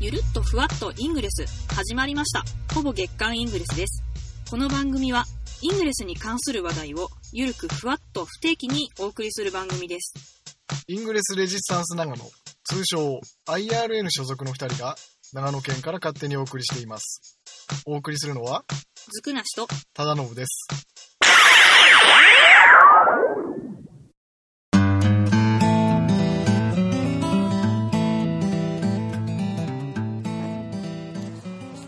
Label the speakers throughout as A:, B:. A: ゆるっとふわっとイングレス始まりましたほぼ月刊イングレスですこの番組はイングレスに関する話題をゆるくふわっと不定期にお送りする番組です
B: イングレスレジスタンス長野、通称 IRN 所属の2人が長野県から勝手にお送りしています。お送りするのは、
A: ずくなしと
B: 忠信です。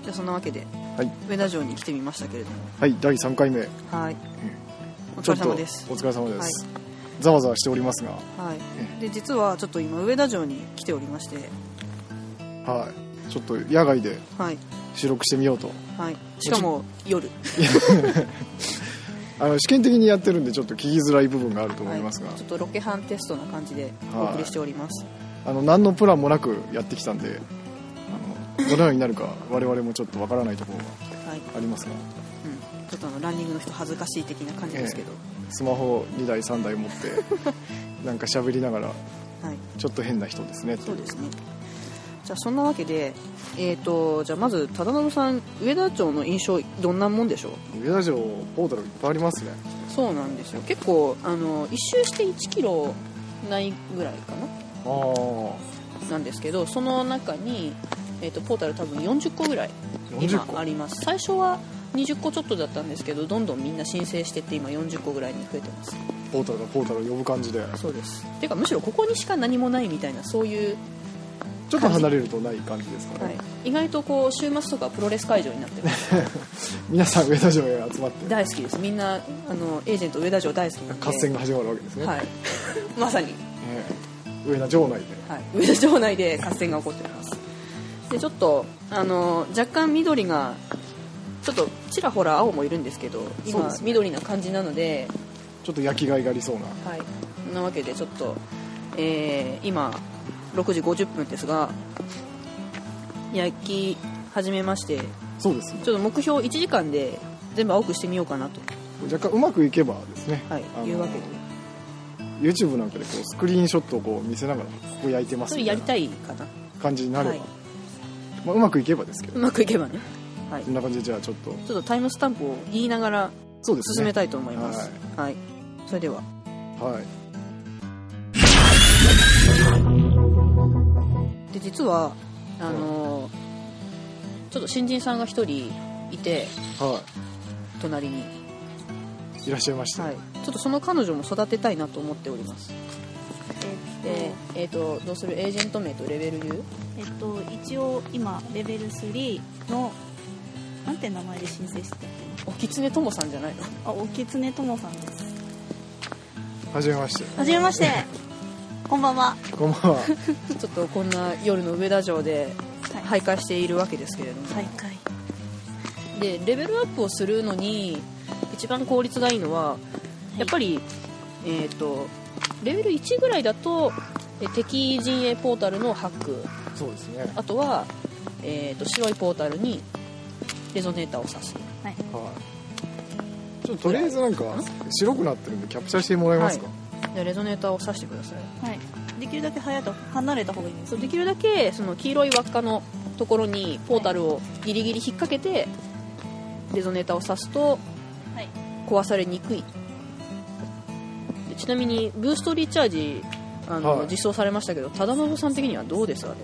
A: じゃあそんなわけで、
B: はい
A: 上田城に来てみましたけれども
B: はい、第3回目。
A: はいお
B: ち
A: 疲
B: ょ
A: れ
B: っと
A: 様です
B: お疲れ様です。ざわざわしておりますが、
A: はい、で実はちょっと今上田城に来ておりまして
B: はい。ちょっと野外で
A: はい、
B: 収録してみようと。
A: はい、しかも夜
B: あの試験的にやってるんで、ちょっと聞きづらい部分があると思いますが、
A: はい、ちょっとロケハンテストな感じでお送りしております、
B: あの何のプランもなくやってきたんで、あのどのようになるか、我々もちょっとわからないところが
A: はい
B: ありますが、
A: うん、ちょっとあのランニングの人恥ずかしい的な感じですけど、
B: スマホ2台、3台持 って、なんか喋りながら、
A: はい、
B: ちょっと変な人ですねって
A: そうですねじゃあそんなわけで、えー、とじゃあまず忠信さん上田町の印象どんなもんでしょう
B: 上田城ポータルいっぱいありますね
A: そうなんですよ結構あの一周して1キロないぐらいかな
B: ああ
A: なんですけどその中に、えー、とポータル多分40個ぐらい今
B: 40個
A: あります最初は20個ちょっとだったんですけどどんどんみんな申請してって今40個ぐらいに増えてます
B: ポータルがポータルを呼ぶ感じで
A: そうですてかむしろここにしか何もないみたいなそういう、
B: ちょっと離れるとない感じですかね、
A: 意外とこう週末とかプロレス会場になってます
B: 皆さん上田城へ集まって
A: 大好きですみんなあのエージェント上田城大好きなんで
B: 合戦が始まるわけですね、
A: はい まさに
B: ええ上田城内で
A: はい、上田城内で合戦が起こっておりますでちょっとあの若干緑がちょっとちらほら青もいるんですけど
B: そう
A: 今、
B: ですね
A: 緑な感じなので、
B: ちょっと焼きがいがありそうな
A: はい、そんなわけでちょっと、えー今6時50分ですが焼き始めまして
B: そうですね
A: ちょっと目標1時間で全部青くしてみようかなと、
B: 若干うまくいけばですね、
A: はい
B: あの
A: いうわけで
B: YouTube なんかでこうスクリーンショットをこう見せながらここ焼いてま
A: そ
B: す
A: れ
B: み
A: や
B: た
A: り
B: いな
A: たいかな
B: 感じになれば、
A: はい
B: まあ、うまくいけばですけ
A: う
B: ど
A: まくいけばね、はい、
B: こ
A: ち
B: んな感じでじゃあちょっと
A: ょっとタイムスタンプを言いながら
B: そうです
A: 進め
B: ね
A: たいと思います、はい、それでは
B: はい
A: で実はあのーちょっと新人さんが一人いて
B: は
A: 隣に、
B: いいらっしゃいました、
A: はい、ちょっとその彼女も育てたいなと思っておりますで、えー、とどうするエージェント名とレベル言う
C: えっと、一応今レベル3のなんて名前で申請してたっけ
A: おきつねともさんじゃないの
C: なあおきつねともさんです
B: はじめま して
C: はじめまして こんばんは
B: こんばんは
A: ちょっとこんな夜の上田城で
C: はい
A: 徘徊しているわけですけれども、
C: 大会
A: でレベルアップをするのに一番効率がいいのはやっぱり、えー、とレベル1ぐらいだとえ敵陣営ポータルのハック
B: そうですね
A: あとは、えー、と白いポータルにレゾネーターを刺す
B: はい。ちょっととりあえずなんか白くなってるんでキャプチャーしてもらえますか。
A: じゃあレゾネーターを刺してください
C: はいできるだけ早いと離れた方がいいんです
A: そう
C: よ
A: できるだけその黄色い輪っかのところにポータルをギリギリ引っ掛けてレゾネーターを刺すと
C: はい
A: 壊されにくいでちなみにブーストリチャージあの、
B: はい
A: 実装されましたけど忠信さん的にはどうですかね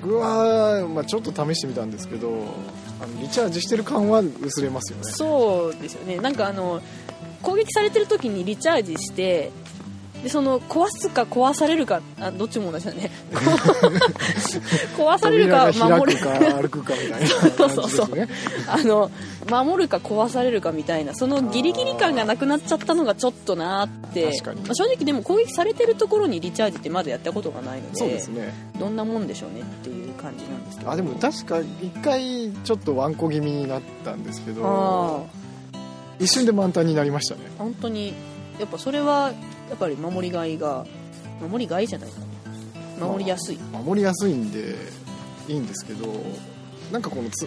B: 僕はまあちょっと試してみたんですけど、あのリチャージしてる感は薄れますよね。
A: そうですよねなんかあの攻撃されてる時にリチャージしてでその壊すか壊されるかあどっちも同じだねこう 壊されるか
B: 扉が
A: 守
B: 開
A: る
B: くか歩くかみたいな
A: そう
B: 感
A: そう
B: じ
A: そ
B: です
A: う
B: ね。
A: あの守るか壊されるかみたいなそのギリギリ感がなくなっちゃったのがちょっとなーって
B: 確かに
A: まあ、正直でも攻撃されてるところにリチャージってまだやったことがないので
B: そうですね。
A: どんなもんでしょうねっていう感じなんですけど
B: あでも確か一回ちょっとワンコ気味になったんですけ
A: あ
B: ど、一瞬で満タンになりましたね。
A: ー本当にやっぱそれはやっぱり守りがいが守りがいじゃないかな守りやすい
B: 守りやすいんでいいんですけど、なんかこのつ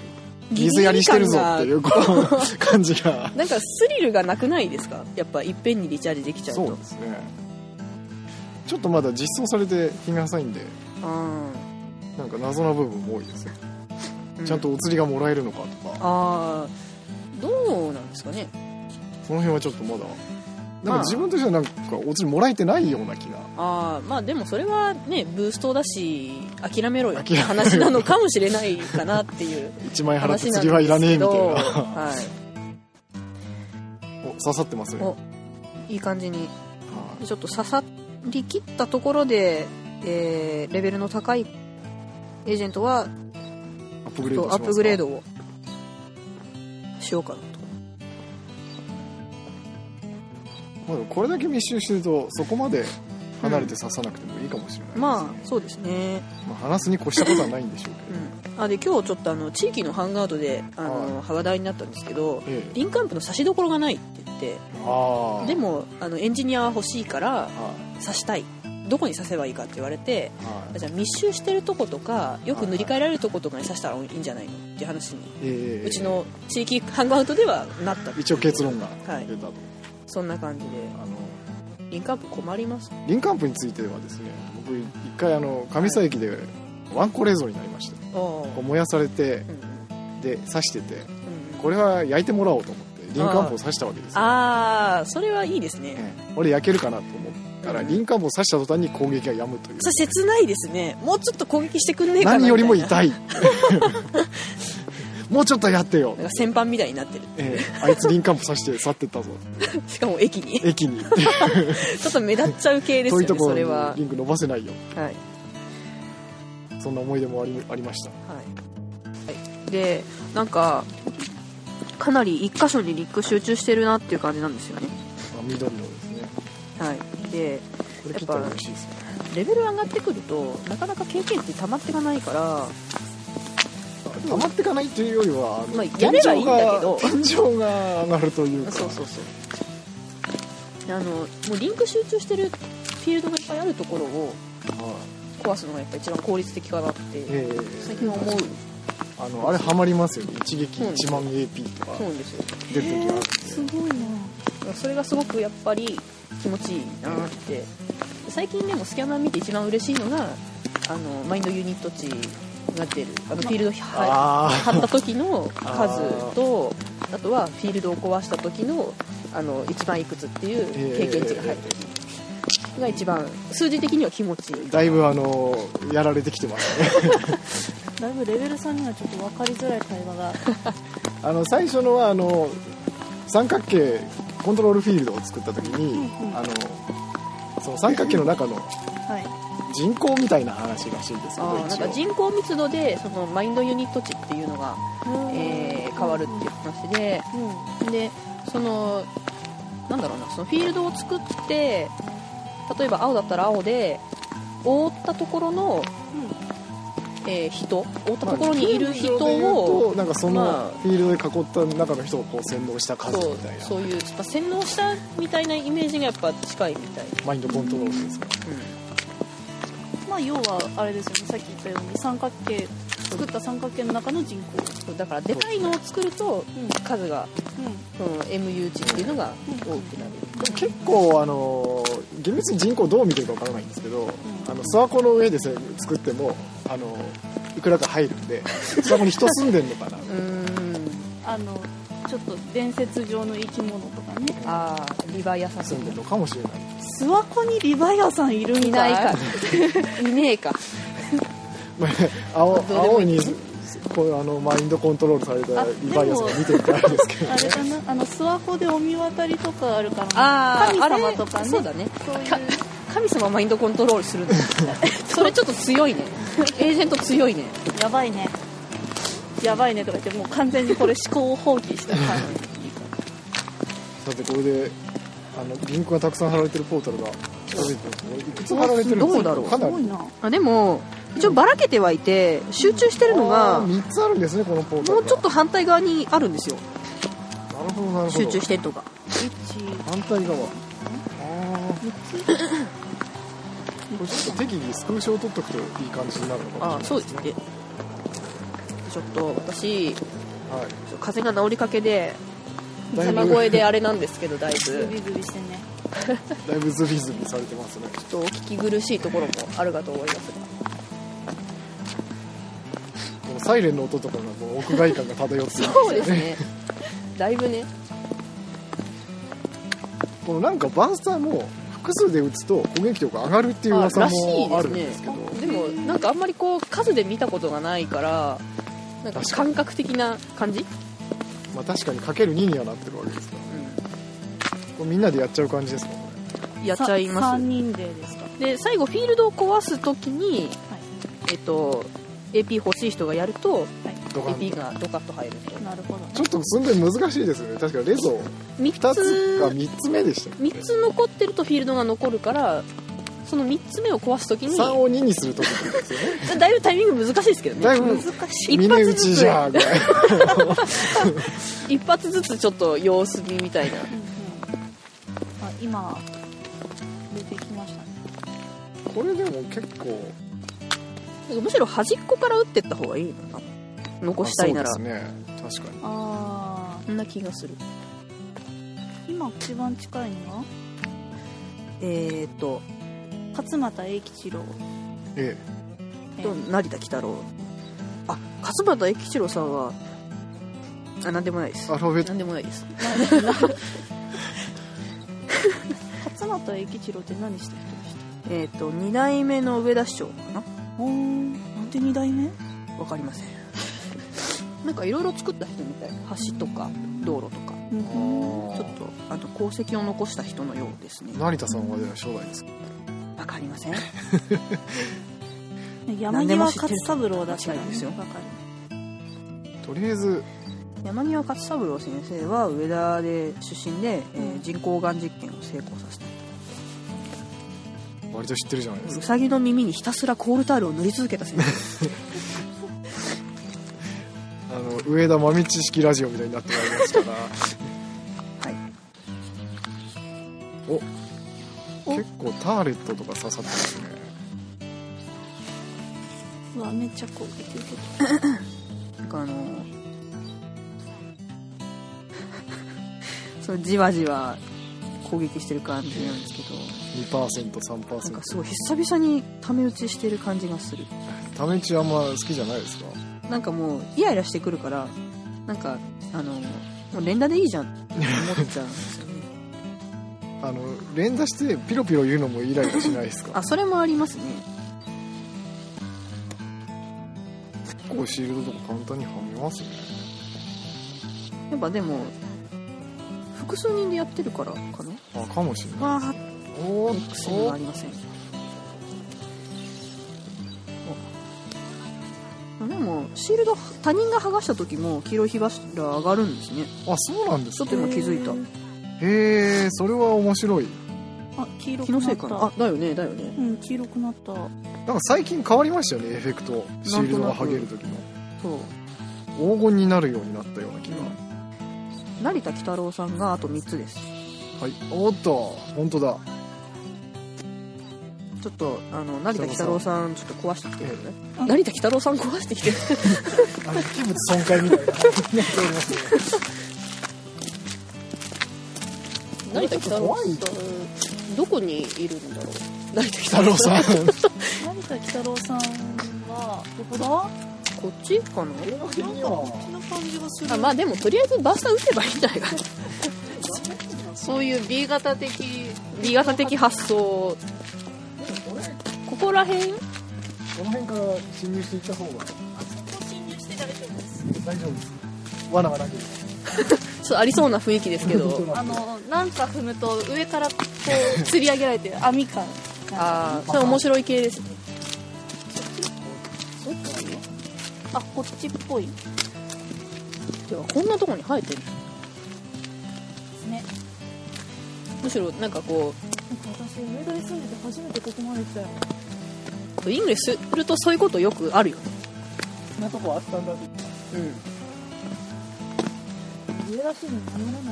A: ギリギリ感が
B: 水やりしてるぞっていうこう感じが。
A: なんかスリルがなくないですかやっぱいっぺんにリチャージできちゃう
B: そう
A: と
B: ですねちょっとまだ実装されて日が浅いんで
A: あ
B: なんか謎な部分も多いですよ、
A: ーう
B: ちゃんとお釣りがもらえるのかとか
A: ああどうなんですかね
B: その辺はちょっとまだなん
A: まあ
B: か自分としてはなんかお釣りもらえてないような気が
A: ああまあでもそれはねブーストだし諦めろよって
B: 諦めろよ
A: 話なのかもしれないかなっ ていう
B: 1万円払っ
A: 話
B: て
A: なん
B: 釣り
A: ですけど
B: はいらねえみたいな
A: は
B: お刺さってますね
A: おいいい感じに
B: はい
A: ちょっと刺さりきったところで、えーレベルの高いエージェントは
B: アップグ
A: ち
B: レー
A: ょ
B: ドしま
A: っとア
B: すか
A: ップグレードをしようかなと
B: まあでもこれだけ密集してるとそこまで離れて刺さなくてもいいかもしれないですね、
A: まあそうですね
B: まあ話すに越したことはないんでしょう
A: うんあで今日ちょっとあの地域のハンガードであの、話題になったんですけど
B: けど、ええ
A: リンカンプの差しどころがないって言って
B: ああ
A: でもあのエンジニアは欲しいから
B: は
A: 刺したいどこに刺せばいいかって言われて
B: いはい
A: じゃあ密集してるとことかよく塗り替えられるとことかに刺したらいいんじゃないのっていう話に
B: ええ
A: うちの地域ハンガードではなった
B: 一応結論が
A: はい
B: 出たと、
A: そんな感じで
B: あの
A: リンクアップ困ります
B: リンカンプについてはですね僕一回あの上佐駅でワンコ冷蔵になりました
A: ああうん
B: こう燃やされて
A: うん
B: で刺してて
A: うん
B: これは焼いてもらおうと思ってリンカンプを刺したわけですよ
A: ああそれはいいですね
B: ええ俺焼けるかなと思ったら、
A: うん
B: リンカンプを刺した途端に攻撃がやむという
A: それ切ないですねもうちょっと攻撃してくんねえかな
B: 何よりも
A: みたいな
B: 痛 いもうちょっとやってよ
A: なんか先般みたいになってる
B: ええあいつリンカンプ刺して去ってったぞ
A: しかも駅に
B: 駅に行っ
A: ちょっと目立っちゃう
B: て
A: 系です
B: 遠い
A: よね
B: とこ
A: そ
B: ろ
A: れは
B: にリンク伸ばせないよ
A: はい
B: そんな思い出もありありました
A: はい、はい、でなんかかなり一箇所にリック集中してるなっていう感じなんですよね
B: あ緑のですね
A: はいで
B: これ切ったら美味しいですね
A: レベル上がってくるとなかなか経験って溜まっていかないから
B: 溜まっていかないというよりはあの
A: まあやればいいんだけど
B: 天井が天井が上がるというか
A: そうそうそうあのもうリンク集中してるフィールドがいっぱいあるところを
B: はい
A: 壊すのがやっぱ一番効率的かなって
B: ええ
A: 最近は思う
B: あのあれハマりますよね一撃1万 AP とか
A: そうなんですよ
B: 出る時があるん
C: す
B: で、
C: ごいな
A: それがすごくやっぱり気持ちいいなって最近でもスキャナー見て一番嬉しいのがあのマインドユニット値が出るあのフィールドは
B: あ
A: 張った時の数とあとはフィールドを壊した時のあの一番いくつっていう経験値が入ってるのが一番数字的には気持ちいい
B: あだいぶあのやられてきてますね
C: だいぶレベル3にはちょっと分かりづらい会話が
B: あの最初のはあの三角形コントロールフィールドを作った時に
C: うんうん
B: あのその三角形の中の
C: はい
B: 人口みたいな話らしいんですけ
A: あ
B: ど
A: ーなんか
B: 一応
A: 人口密度でそのマインドユニット値っていうのが、 えー変わるっていう話で
C: うん
A: でそのなんだろうなそのフィールドを作って例えば青だったら青で覆ったところの、えー人覆ったところにいる人
B: まあ理論上で言う
A: を、
B: となんかそ
A: ま
B: の
A: あ
B: フィールドで囲った中の人をこう洗脳した数
A: そう
B: みたいな
A: そういう、まあ、洗脳したみたいなイメージがやっぱ近いみたい、
B: マインドコントロールですか
C: まあ要はあれですよねさっき言ったように三角形作った三角形の中の人口
A: そうだからでかいのを作ると
C: うん
A: 数が、その MU 値っていうのが多くなる、
B: でも結構あのー厳密に人口どう見てるかわからないんですけど、あの諏訪湖の上で作ってもあのーいくらか入るんで諏訪湖に人住んでんのかな
A: うーん
C: あのちょっと伝説上の生き物とかね
A: ああリバイアサス
B: 住んでんのかもしれない
C: 諏訪湖にリヴァイアさんいるん
A: いない
C: か
A: かいねえか
B: まあ青
A: どうでも
B: 青
A: いい
B: にこうあのマインドコントロールされた
C: あ
B: リヴァイアさんを見てみたいですけど
C: あれかなあの諏訪湖でお見渡りとかあるから
A: あー
C: 神様とか
A: あれ
C: ね
A: そうだね
C: そういう
A: か神様マインドコントロールするんだ それちょっと強いねエージェント強いね
C: やばいねやばいねとか言ってもう完全にこれ思考を放棄した感
B: さてこれであのリンクがたくさん貼られてるポータルが近づいてますねいくつ貼られてるんです
A: どうだろう
B: か
C: じす
B: なり
C: ごいな
A: あでも一応ばらけてはいて集中してるのがも
B: 3つあるんですねこのポータルが
A: うちょっと反対側にあるんですよ
B: なるほどなるほど
A: 集中してるとか
C: 1
B: 反対側ああこれちょっと適宜スクーショを取っとくといい感じになるのかもしれ
A: あ
B: ない
A: そうですねちょっと私ち
B: は
A: ょ
B: い
A: っと風邪が治りかけで
B: だいぶ
A: 鼻声であれなんですけどだいぶ
C: グビグビしてね
B: だいぶズビズビされてますね
A: ちょっとお聞き苦しいところもあるかと思います
B: このサイレンの音とかがもう屋外感が漂って
A: が
B: る
A: そうですねだいぶね
B: このなんかバースターも複数で打つと攻撃力が上がるっていう噂
A: あらしいですね
B: もあるんですけど
A: でもなんかあんまりこう数で見たことがないからなんか
B: 確か
A: 感覚的な感じ、
B: まあ確かにかける2にはなってるわけですからこれみんなでやっちゃう感じですもんね
A: やっちゃいます
C: 3人でですかは
A: で最後フィールドを壊す時に、
C: い
A: えっと、AP 欲しい人がやると
B: ドカン
A: AP がドカッと入ると
C: なるほど
B: ちょっとすんごい難しいですよね確かレゾ
A: 3
B: 2つか
A: つ
B: 3つ目でしたっけ
A: 3つ残ってるとフィールドが残るからその3つ目を壊す時に
B: 3を2にするときってことですよね
A: だいぶタイミング難しいですけどね
B: だいぶ
C: し
A: 一
B: 峰
A: 発
B: 打
A: ず
B: ち
A: つ
B: じゃあぐらい
A: 一発ずつちょっと様子見みたいな
C: うんうんあ今出てきましたね
B: これでも結構
A: むしろ端っこから打ってった方がいいのかな残したいなら
B: あ
A: そ,、
B: そうですね確かに
C: あ
A: んな気がする
C: ー今一番近いのは
A: えー、っと
C: 勝俣英吉郎
B: え
C: え
A: と
C: ー
A: 成田喜太郎あ勝俣英吉郎さんはあなんでもないです
B: えアルファベット
A: なんでもないです
C: 勝俣英吉郎って何してる人でし
A: えー、っと2代目の上田市長かな
C: たおーなんで2代目
A: わかりません なんかいろいろ作った人みたい橋とか道路とかちょっとあと功績を残した人のようですね
B: 成田さんはじゃあ初代ですか
A: わかりません
C: 山際勝三郎だったら
A: 何でも知ってる間違いですよ
C: わかる
B: とりあえず
A: 山際勝三郎先生は上田で出身で、えー人工がん実験を成功させた
B: 割と知ってるじゃないです
A: う
B: か
A: さぎの耳にひたすらコールタールを塗り続けた先 生
B: あの上田豆知識ラジオみたいになってまいりま したから
A: はい
B: お
C: お
B: 結構ターレットとか刺さってますね
C: うわめっちゃこういけいけ
A: なんかあのーそのじわじわ攻撃してる感じなんですけどなんか
B: 2%3%
A: すごい久々にタメ打ちしてる感じがする
B: タメチあんま好きじゃないですか
A: なんかもうイライラしてくるからなんかあのーもう連打でいいじゃんって思っちゃうんですよね
B: あの連打してピロピロ言うのもイライラしないですか
A: あそれもありますね
B: 結構シールドとか簡単にはめますね
A: やっぱでも複数人でやってるからかな
B: あかもしれない
A: わーっ
B: おーっ
A: 癖があ
B: と
A: りませんおでもシールド他人が剥がした時も黄色い火柱上がるんですね
B: あそうなんで
A: ち
B: す
A: ょっと
B: ね
A: 今気づいた
B: へえそれは面白い
C: あ黄色く
A: 気の
C: な
A: せい
C: っ
A: か
C: た
A: なあだよねだよね
C: うん黄色くなった
B: なんか最近変わりましたよねエフェクトシールドが剥げる時の
A: そう
B: 黄金になるようになったような気が、
A: 成田喜太郎さんがあと3つです
B: はいおーっと本当だ
A: ちょっとあの成田喜太郎さんちょっと壊してきてるよね
C: ええ
A: 成田喜太郎さん壊してきてる
B: あの器物損壊みたいななっておりますね
A: 成田喜太郎
B: 怖
A: さ
B: い
A: んどこにいるんだろう成田喜
B: 太
A: 太郎
B: 郎 さん
C: 成田喜太郎さんはどこだ
A: こっちかな
C: なんかこっちの感じがする
A: あまあでもとりあえずバスター打てばいいんじゃないかなそういう B 型的 B 型的発想ここら辺
B: この辺から侵入していった方が
C: 侵入して大丈夫です
B: 大丈夫です罠がなけれ
A: そうありそうな雰囲気ですけど
C: あのなんか踏むと上からこう釣り上げられて 網か
A: ああそれ面白い系ですね
C: あこっちっぽい
A: ではこんなとこに生えてる
C: ね
A: むしろなんかこ
C: 私梅田に住んでて初めてここまで来たよ
A: うイングレスするとそういうことよくあるよね
B: そんなとこあったんだって
A: うん
C: 上らしいのに頼らないな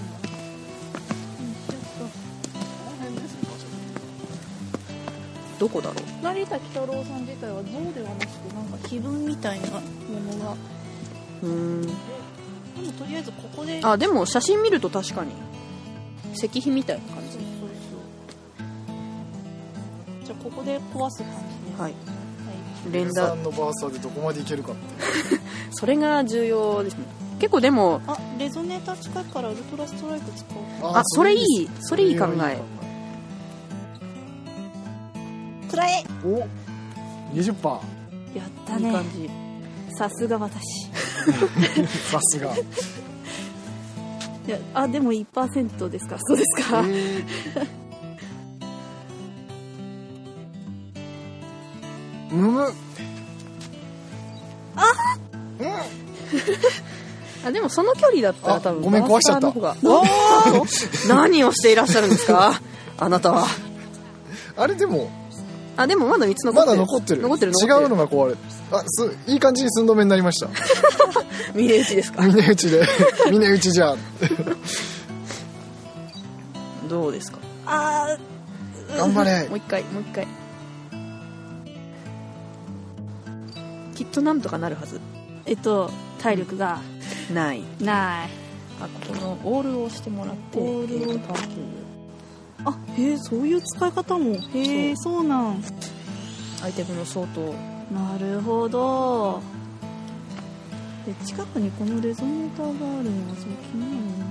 A: どこだろう
C: 成田喜太郎さん自体は像ではなくてなんか気分みたいなものが
A: うーん
C: でもとりあえずここで
A: あでも写真見ると確かに石碑みたいな
C: そ
A: 感
C: うそうそうじゃあここで壊す感じね、
A: は
C: は
A: い
C: い
A: 連
B: さ
A: 打
B: んのバーサーでどこまでいけるかって
A: それが重要ですね結構でも
C: あレゾネーター近いからウルトラストライク使おう
A: あそれいいそれいい考え
C: くらえ
B: お20%
C: やった
A: いい
C: ね
A: 感じ
C: さすが私
B: さすが
C: いやあでも1%です かそうですか、
B: えーむむ
A: あでもその距離だったら
B: あ
A: 多分
B: ごめん壊しちゃった
A: バーサーの方がおー 何をしていらっしゃるんですか あなたは
B: あれでも
A: あでもまだ3つ残
B: ま
A: ってる
B: だ残ってる
A: 残ってる
B: 違うのが壊れるあすいい感じに寸止めになりま した
A: 見え打ちですか
B: 峰打ちで峰打ちじゃん
A: どうですか
C: あー
B: 頑張れ
A: もう一回もう一回きっとなんとかなるはず
C: えっと体力が
A: ない
C: ない
A: あここのオールを押してもらって
C: オールを
A: えっと探求
C: あへえそういう使い方もへえそうなん
A: アイテムの相当
C: なるほどで近くにこのレゾネーターがあるのはそう気になるな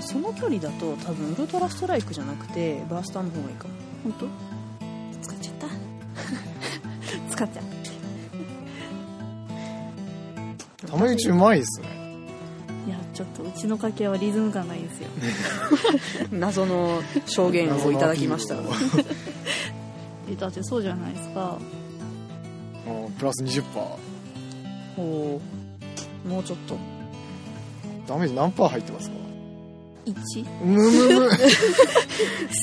A: その距離だと多分ウルトラストライクじゃなくてバースターの方がいいかも
C: 本当使っちゃった 使っちゃった
B: たま打ちうまいですね
C: いやちょっとうちの家系はリズム感がいいんですよ
A: 謎の証言をいただきました
B: 謎
C: えだってそうじゃないですか
B: うんプラス20%
A: おーもうちょっと
B: ダメージ何パー入っ てますか
C: 1
B: むむむ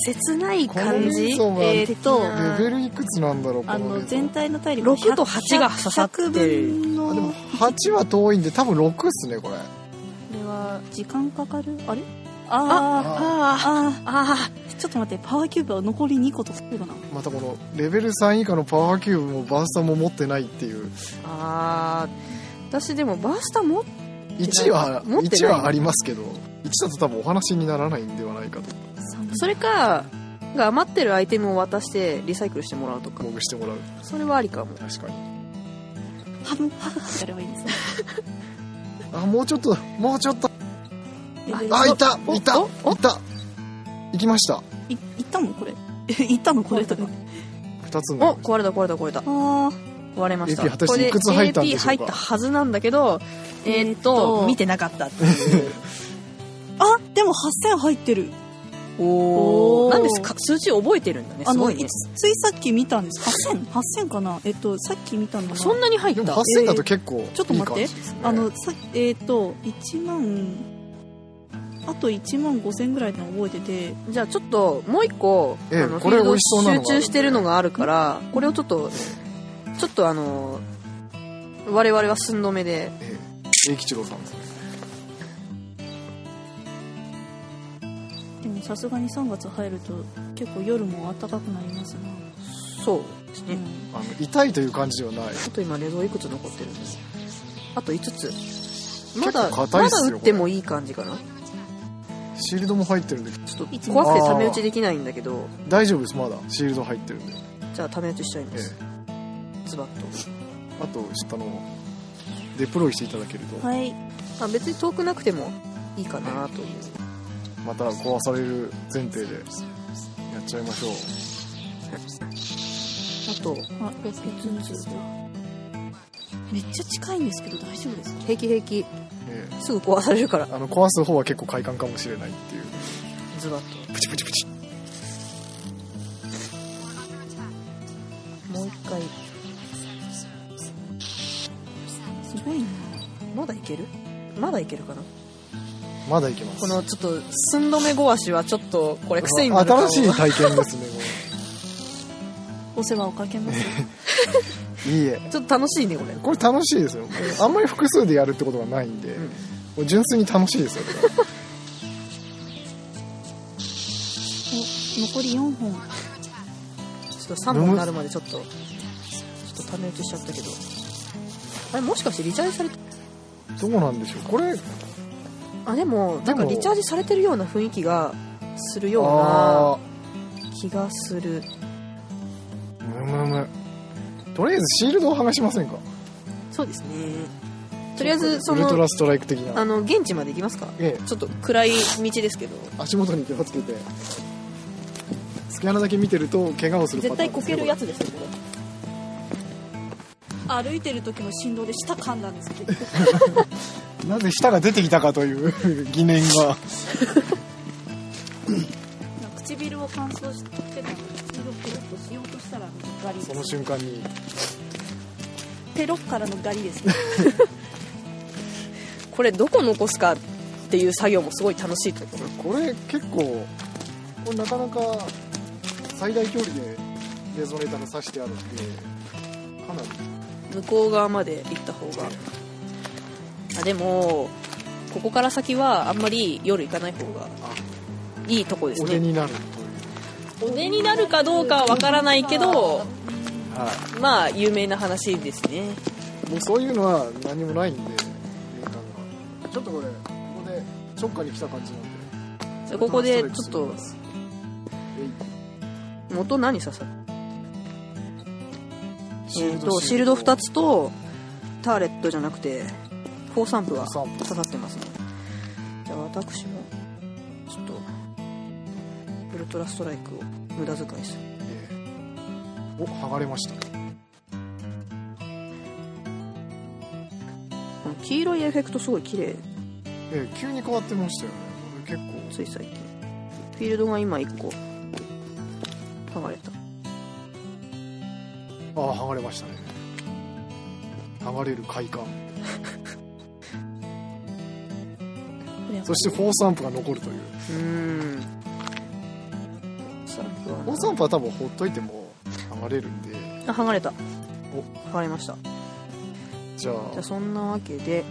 A: 切ない
B: 感じこの
C: えーっと
B: レベルいくつなんだろうこ
C: あの
B: の
C: 全体の体力
A: 六と八が刺さってる
C: 100分
B: あでも
C: の
B: 8は遠いんで多分6っすねこれ
A: これは
C: 時間かかるあれあ
A: あ
C: ああ
A: あ
C: あちょっと待ってパワーキューブは残り2個とかそうかな
B: またこのレベル3以下のパワーキューブもバースターも持ってないっていう
A: ーあー私でもバースター持っ
B: 1は
A: 持ってない
B: 1はありますけど1だと多分お話にならないんではないかと
A: それかが余ってるアイテムを渡してリサイクルしてもらうとか
B: 僕してもらう
A: それはありかも
B: 確かに
C: ハブハブハブやればいいんですね
B: あもうちょっとだもうちょっと
A: あ
C: え
B: あ
C: え
B: いた
A: お
B: いた
A: おお
B: いた行きました
C: い行ったもんこれ行ったもんこれとか
B: 2つ
A: お
B: の
A: 壊れた壊れた壊れた
C: あ
A: 割れました
B: AP 果たして
A: これ
B: いくつ入ったんでしょうか
A: AP 入ったはずなんだけどえーっ
C: えーっ
A: と
C: と
A: 見てなかったっていう
C: あでも8000入ってる
A: お
C: お
A: お
C: ー
A: なんですか数値覚えてるんだね
C: あ
A: す
C: の
A: ごい
C: い
A: ね
C: つついさっき見たんです8000 8000かなえっとさっき見たのが
A: そんなに入っ
B: でも
A: た
B: 8000だと結構いい感じです、ね
C: ちょっと待ってあのさえっと1万あと1万5000ぐらいの覚えてて
A: じゃあちょっともう一個、
B: ええ
A: あの
B: これ
A: フィールド
B: 美味しそうなのがあるんで
A: 集中してるのがあるからこれをちょっとちょっとあの我々は寸止めで
B: ええ栄吉郎さんですね
C: でもさすがに3月入ると結構夜も暖かくなりますな、
A: そうですね、
C: うん
B: あの痛いという感じではない
A: あと今冷蔵いくつ残ってるんですあと5つまだ
B: 結構
A: ま
B: 硬い
A: だ
B: っすよ
A: 打ってもいい感じかな
B: シールドも入ってるんで
A: ちょっ
C: いつ
A: と
C: も
A: 怖くてため打ちできないんだけど
B: 大丈夫ですまだシールド入ってるんで、
A: じゃあため打ちしちゃいま
B: え
A: す、ズバッ
B: え、
A: と
B: あとちょっとあのデプロイしていただけると、
C: はい
A: あ別に遠くなくてもいいかなという
B: また壊される前提でやっちゃいましょう
A: あと
C: あ5つめっちゃ近いんですけど大丈夫ですか
A: 平気平気
B: ええ
A: すぐ壊されるから
B: あの壊す方は結構快感かもしれないっていう
A: ズバッ
B: プチプチプチ
A: ともう一回
C: すごいな
A: まだいけるまだいけるかな
B: まだいけます
A: このちょっと寸止めごわしはちょっとこれ癖になるかも
B: 新しい体験ですね
C: お世話をかけます
B: これいいえ
A: ちょっと楽しいねこれ、
B: これ楽しいですよあんまり複数でやるってことがないんで、
A: うん
B: もう純粋に楽しいですよこれは
C: お残り4本
A: ちょっと3本になるまでちょっとちょっとため打ちしちゃったけどあれもしかしてリチャージされて
B: どうなんでしょうこれ
A: あでもなん
B: で
A: か
B: も
A: リチャージされてるような雰囲気が
C: するよう
B: あ
C: な気がする
B: あむむむとりあえずシールドを剥がしませんか
A: そうですねとりあえずそ
B: ウルト
A: の
B: ラストライク的な
A: あの現地まで行きますか
B: ええ
A: ちょっと暗い道ですけど
B: 足元に気をつけて付け穴だけ見てると怪我をする
A: 絶対こけるや
B: つ
A: つですよこれ
C: 歩いてる時の振動で舌噛んだんですけど
B: なぜ舌が出てきたかという 疑念が
C: 唇を乾燥してたので唇をペロッとしようとしたらガリ
B: その瞬間に
C: ペロッからのガリですね
A: これどこ残すかっていう作業もすごい楽しいと思う
B: これ結構これなかなか最大距離でレゾネーターが刺してあるんでかなり
A: 向こう側まで行った方があでもここから先はあんまり夜行かない方が
B: あ
A: いいとこです
B: お出
A: ね
B: になるという
A: お出になるかどうかはわからないけど
B: はい
A: まあ有名な話ですね
B: もうそういうのは何もないんで霊感がちょっとこれここでちょっかに来た感じなん
A: じ
B: で
A: ゃあここでちょっと元何刺さるえーとシールド2つとターレットじゃなくてフォーサンプが
B: フォーサン
A: 刺
B: プ
A: さってますねじゃあ私もちょっとウルトラストライクを無駄遣いする
B: お剥がれました
A: この黄色いエフェクトすごい綺麗
B: ええ急に変わってましたよねこれ結
A: つい最近フィールドが今1個剥がれた
B: 構ああ剥がれましたね剥がれる快感そしてフォーサンプが残るという
A: うーんさあ
B: フォーサンプは多分ほっといても剥がれるんで
A: あ剥がれた
B: お
A: 剥がれました
B: じゃ
A: じゃ
B: あ
A: あそんなわけで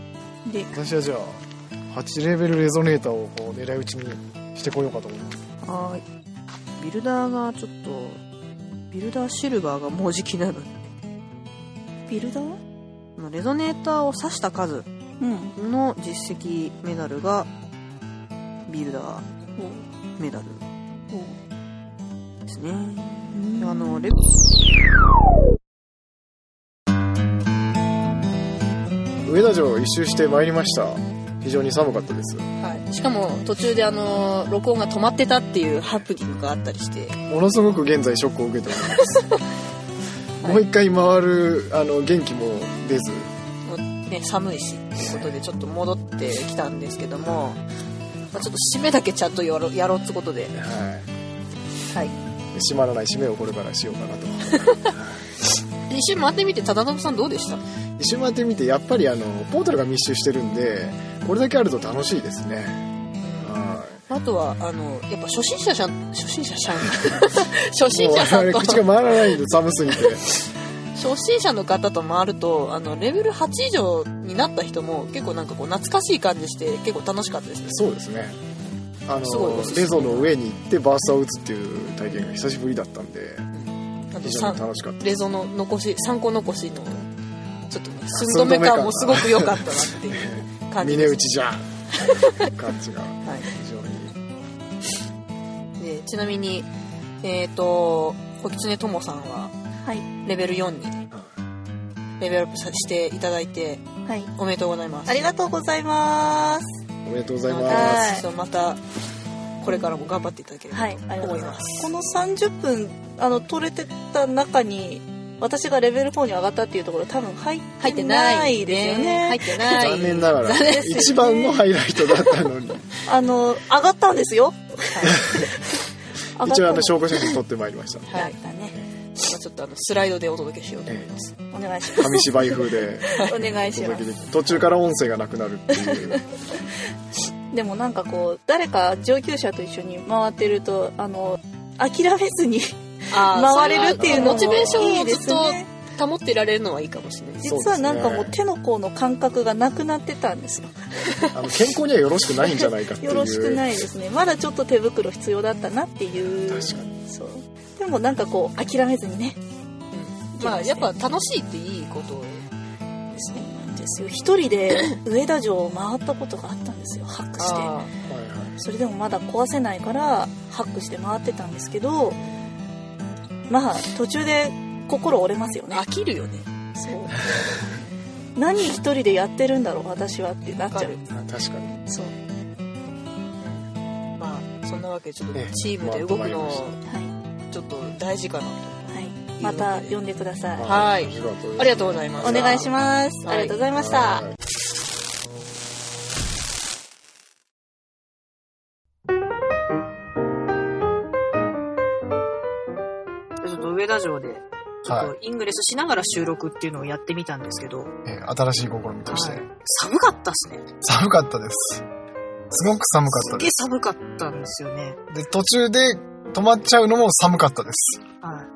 A: で
B: 私はじゃあ8レベルレゾネーターをこう狙い撃ちにしてこようかと思います
A: はーいビルダーがちょっとビルダーシルバーがもうじきなので
C: ビルダー
A: このレゾネーターを刺した数
C: うん
A: の実績メダルがビルダーメダルですねあのレ
B: 上田城を一周してまいりました非常に寒かったです
A: しかも途中であの録音が止まってたっていうハプニングがあったりして
B: ものすごく現在ショックを受けておりますもう一回回るあの元気も出ず
A: もうね、寒いしっていうことでちょっと戻ってきたんですけども、まあ、ちょっと締めだけちゃんとやろうやろうっつことで、
B: は
A: はい、
B: い閉まらない締めをこれからしようかなと
A: 一周回ってみて忠信さんどうでした
B: 一周回ってみてやっぱりあのポータルが密集してるんでこれだけあると楽しいですねは
A: あとはあのやっぱ初心者さん初心者さん 初
B: い
A: 心
B: もう
A: 者さんと
B: 口が回らないんで寒すぎて
A: 初心者の方と回るとあのレベル8以上になった人も結構なんかこう懐かしい感じして結構楽しかったですね
B: そうですねあ
A: すごいお
B: の
A: すすめ
B: レゾの上に行ってバーストを打つっていう体験が久しぶりだったんで
A: あと
B: 非常
A: さ
B: に
A: ん
B: 楽しかった
A: レゾの残し3個残しのちょっとね寸止め感もすごく良かったなっていう感じ
B: 峰
A: です
B: 打ちじゃん感じが
A: はい
B: 非常に
A: でちなみにえっ、と小狐ともさんは
C: はい
A: レベル4にレベルアップさせていただいて
C: はい
A: おめでとうございます
C: ありがとうございます
B: おめでとうございま
A: また
B: す
C: はい
A: ちょっとまたこれからも頑張っていただければ
C: はい、ありがとう
A: と思
C: ご
A: い
C: ざいま。
A: ますす、
C: この30分、あの、取れてた中に、私がレベル4に上がったっていうところ、多分入ってないですよね。
A: 入ってない
B: 残念ながら一番のハイライトだったの に
C: あの、上がったんですよ。 上がった
B: 一応あの証拠写真撮ってまいりました
A: はい、
C: だね。
A: まあちょっとあのスライドでお届けしようと思います、
C: お願いします。
B: 紙芝居風で
C: お願い
B: お
C: しま
B: 届け
C: す。
B: でき途中から音声がなくなるっていう
C: でもなんかこう、誰か上級者と一緒に回ってると、あの、諦めずに
A: あー
C: 回れるっていうのも
A: モチベーション
C: いい
A: をず
C: で
A: っ
C: すね。
A: と保ってられるのはいいかもしれないです
C: 実はなんかも
B: そう
C: う
B: です
C: 手の甲の感覚がなくなってたんですよ。
B: あの健康にはよろしくないんじゃないかっていう
C: よろしくないですね。まだちょっと手袋必要だったなっていう。
B: 確かに
C: そうでもなんかこう諦めずにね
A: うんまあやっぱ楽しいっていいこと
C: そうなんですよ一人で上田城を回ったことがあったんですよハックして
A: あ
B: はいはい
C: それでもまだ壊せないからハックして回ってたんですけどまあ途中で心折れますよね
D: 飽きるよね
C: そう何一人でやってるんだろう私はってなっちゃう
B: あ確かに
C: そう
A: まあそんなわけでちょっと
B: ええ
A: チームで動くの
B: まとま
C: は
A: ちょっと大事かなと
C: い、はい、また呼んでください
A: はい
B: ありがとうご
A: あ
B: ざい
A: りがとうございます
C: お願いします、
A: はい
C: ありがとうございま
B: ま
C: し、
B: したはい
A: すちょっと上田城でちょっ
B: は
A: とイングレスしながら収録っていうのをやってみたんですけど、
B: いえー新しい試みとして、
A: はい寒かったっすね
B: 寒かったですすごく寒かった
A: す
B: で
A: げえ寒かったんですよね
B: すで途中で止まっちゃうのも寒かったです、
A: はい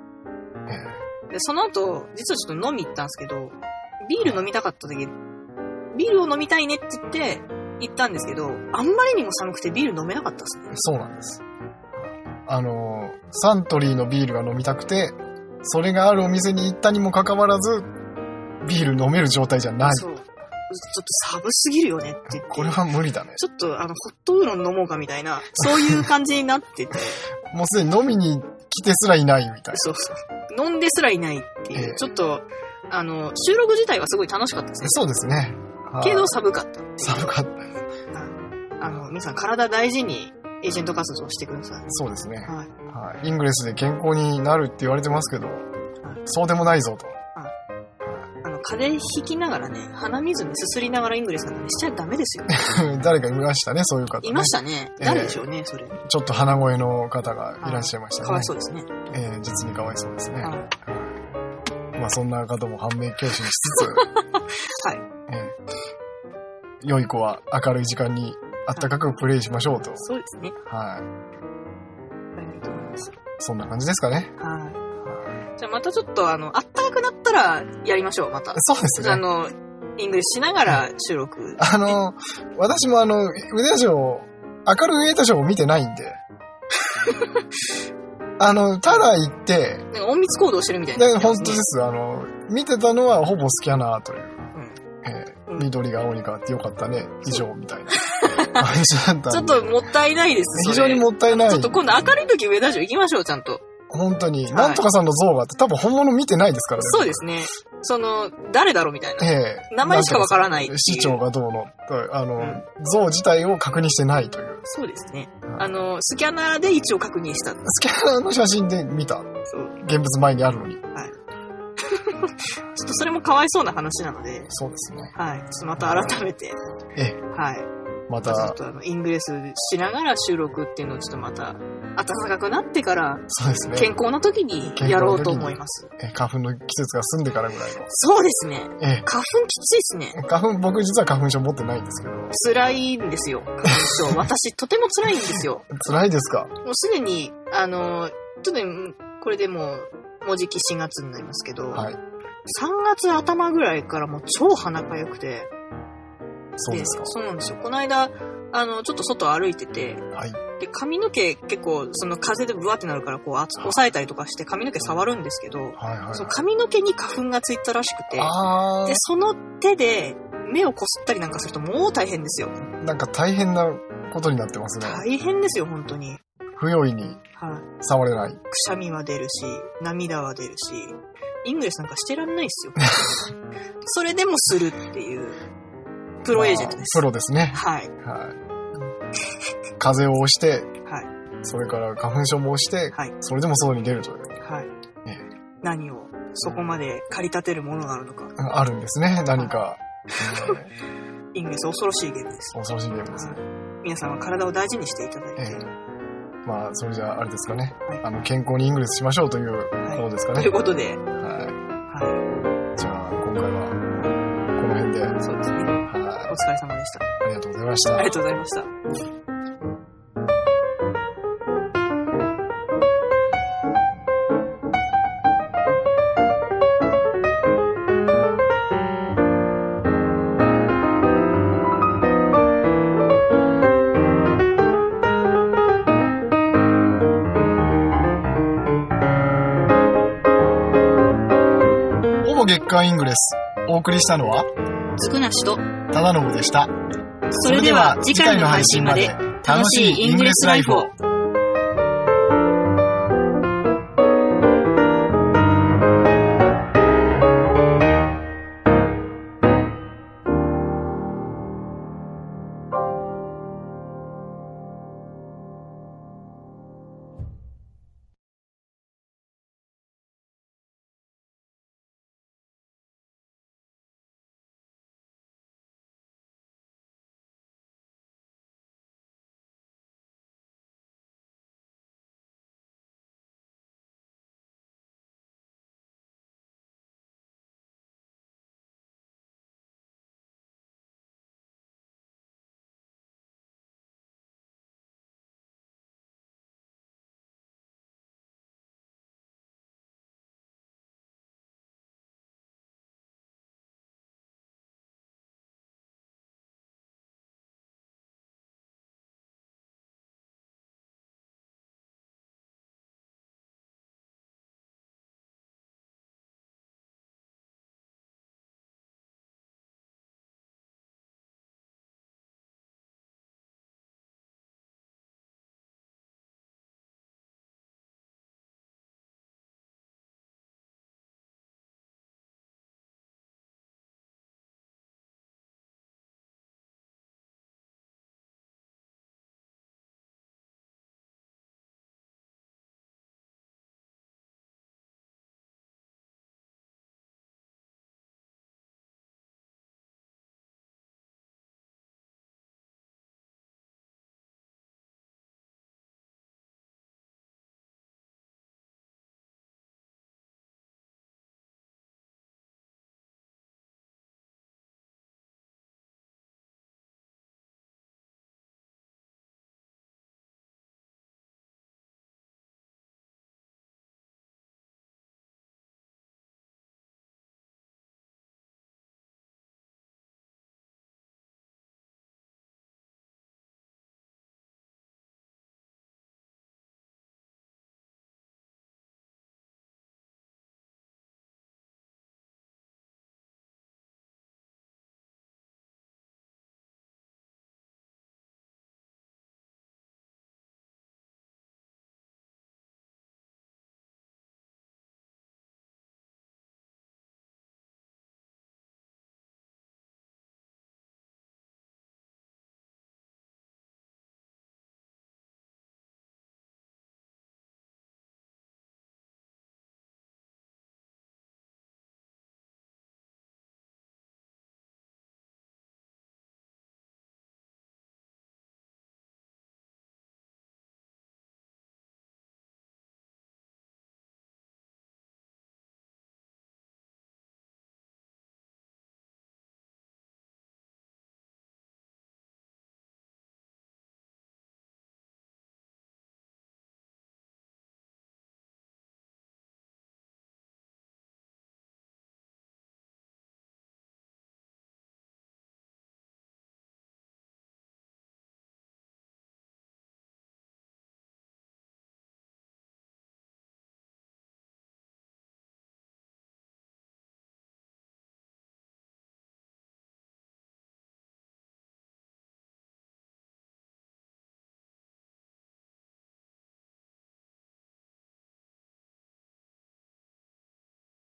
B: え
A: で、その後、実はちょっと飲み行ったんですけど、ビール飲みたかった時、ビールを飲みたいねって言って、行ったんですけど、あんまりにも寒くてビール飲めなかったですね
B: ー。そうなんですあのーサントリーのビールが飲みたくてそれがあるお店に行ったにもかかわらずビール飲める状態じゃない
A: そう。ちょっと寒すぎるよねって言って
B: これは無理だね
A: ちょっとあの、ホットウーロン飲もうかみたいな、そういう感じになってて、
B: もうすでに飲みに来てすらいないみたい
A: そうそう。飲んですらいないっていう、
B: ええ
A: ちょっと、あの、収録自体はすごい楽しかったです
B: な
A: ね。
B: そうですねはい
A: けど寒かった。
B: 寒かったです
A: あの、皆さん体大事にエージェント活動をしてください。
B: そうですね、
A: はい。
B: はい、イングレスで健康になるって言われてますけど、そうでもないぞと
A: あの、風邪ひきながらね、鼻水ね、すすりながらイングレスなんかね、しちゃダメ ですよ。
B: 誰かいましたね、そういう方、ね。
A: いましたね。
B: ええ
A: 誰でしょうね、それ。か
B: ちょっと鼻声の方がいらっしゃいましたね。
A: わいそうですね。
B: ええ実にかわいそうですね。
A: はい
B: まあ、そんな方も反面教師にしつつ、
A: はい。
B: ええ良い子は明るい時間にあったかくプレイしましょうと。
A: そうですね。
B: はい。
A: はいいいと思います。
B: そんな感じですかね。
A: はい。じゃあまたちょっと、あの、あったかくなったらやりましょう、また。
B: そうです
A: あ
B: ね。
A: の、イングレスしながら収録。
B: あの、私もあの、腕田城、明るい上田城を見てないんで。 あの、ただ行って、
A: なんか隠密行動してるみたいな、
B: で本当です。あの、見てたのはほぼスキャナーという。えー
A: うん
B: 緑が青に変わってよかったね。以上、み たいな感じだった
A: ちょ
B: ん
A: っ
B: で。
A: ともったいないです。
B: 非常にも
A: っ
B: ったいない
A: ちょっ。と今度明るい時上田城行きましょう、ちゃんと。
B: 本当に。
A: い
B: なんとかさんの像があって、多分本物見てないですからね。
A: そうですね。その、誰だろうみたいな。
B: ええ
A: 名前しかわかららないっていう。
B: 市長がどうの、あの、
A: うん
B: 像自体を確認してないという。
A: そうですね。あの、スキャナーで一応確認した。
B: スキャナーの写真で見た。
A: そう。
B: 現物前にあるのに。
A: ちょっとそれもかわいそうな話なので、
B: そうですね。
A: はい。ちょっとまた改めて、
B: ええ
A: はい。
B: ま、
A: ちょったとあの、イングレスしながら収録っていうのをちょっとまた、暖かくなってから、
B: そうですね
A: 健。康な時にやろうと思います。
B: ええ花粉の季節が済んでからぐらいの。
A: そうですね。
B: え
A: 花粉きついですね。
B: え花粉、僕実は花粉症持ってないんですけど。
A: 辛いんですよ。花粉 症。私、とても辛いんですよ。
B: 辛いですか
A: もうすでに、あの、ちょっとねこれでもう、もうじき4月になりますけど、
B: はい。
A: 3月頭ぐらいからもう超鼻かゆくて、
B: そうですか。
A: そうなんですよ。この間、あの、ちょっと外歩いてて、
B: はい。
A: で、髪の毛結構、その風でブワってなるから、こう、圧押さえたりとかして髪の毛触るんですけど、
B: はいはいはい。
A: その髪の毛に花粉がついたらしくて、
B: あ
A: で、その手で目をこすったりなんかするともう大変ですよ。
B: ー、なんか大変なことになってますね。
A: 大変ですよ、本当に。
B: 不用意に
A: はい。
B: 触れない。
A: くしゃみは出るし、涙は出るし、イングレスなんかしてらんないっすよ。 それでもするっていう、プロエージェントです。
B: まあプロですね。
A: はい。
B: はい。風邪を押して、
A: はい。
B: それから花粉症も押して、
A: はい
B: それでも外に出るという、
A: はい
B: ええ。
A: 何を、そこまで駆り立てるものがあるのか。
B: あるんですね。何か、え
A: イングレス恐ろしいゲームです
B: ー。恐ろしいゲームですね。
A: 皆さんは体を大事にしていただいて、
B: ええまあ、それじゃあ、あれですかね。
A: はい
B: あの、健康にイングレスしましょうということですか
A: と
B: ね。
A: いうことで、
B: は。
A: はい
B: じゃあ、今回は、この辺で、はい
A: い、。そうですね。お疲れ様でした。
B: ありがとうございました
A: あり。がとうございました。
B: ほぼ月刊イングレス。お送りしたのは、
C: 少なしと
B: ただのぶでした。
C: それでは次回の配信まで
B: 楽しいイングレスライフを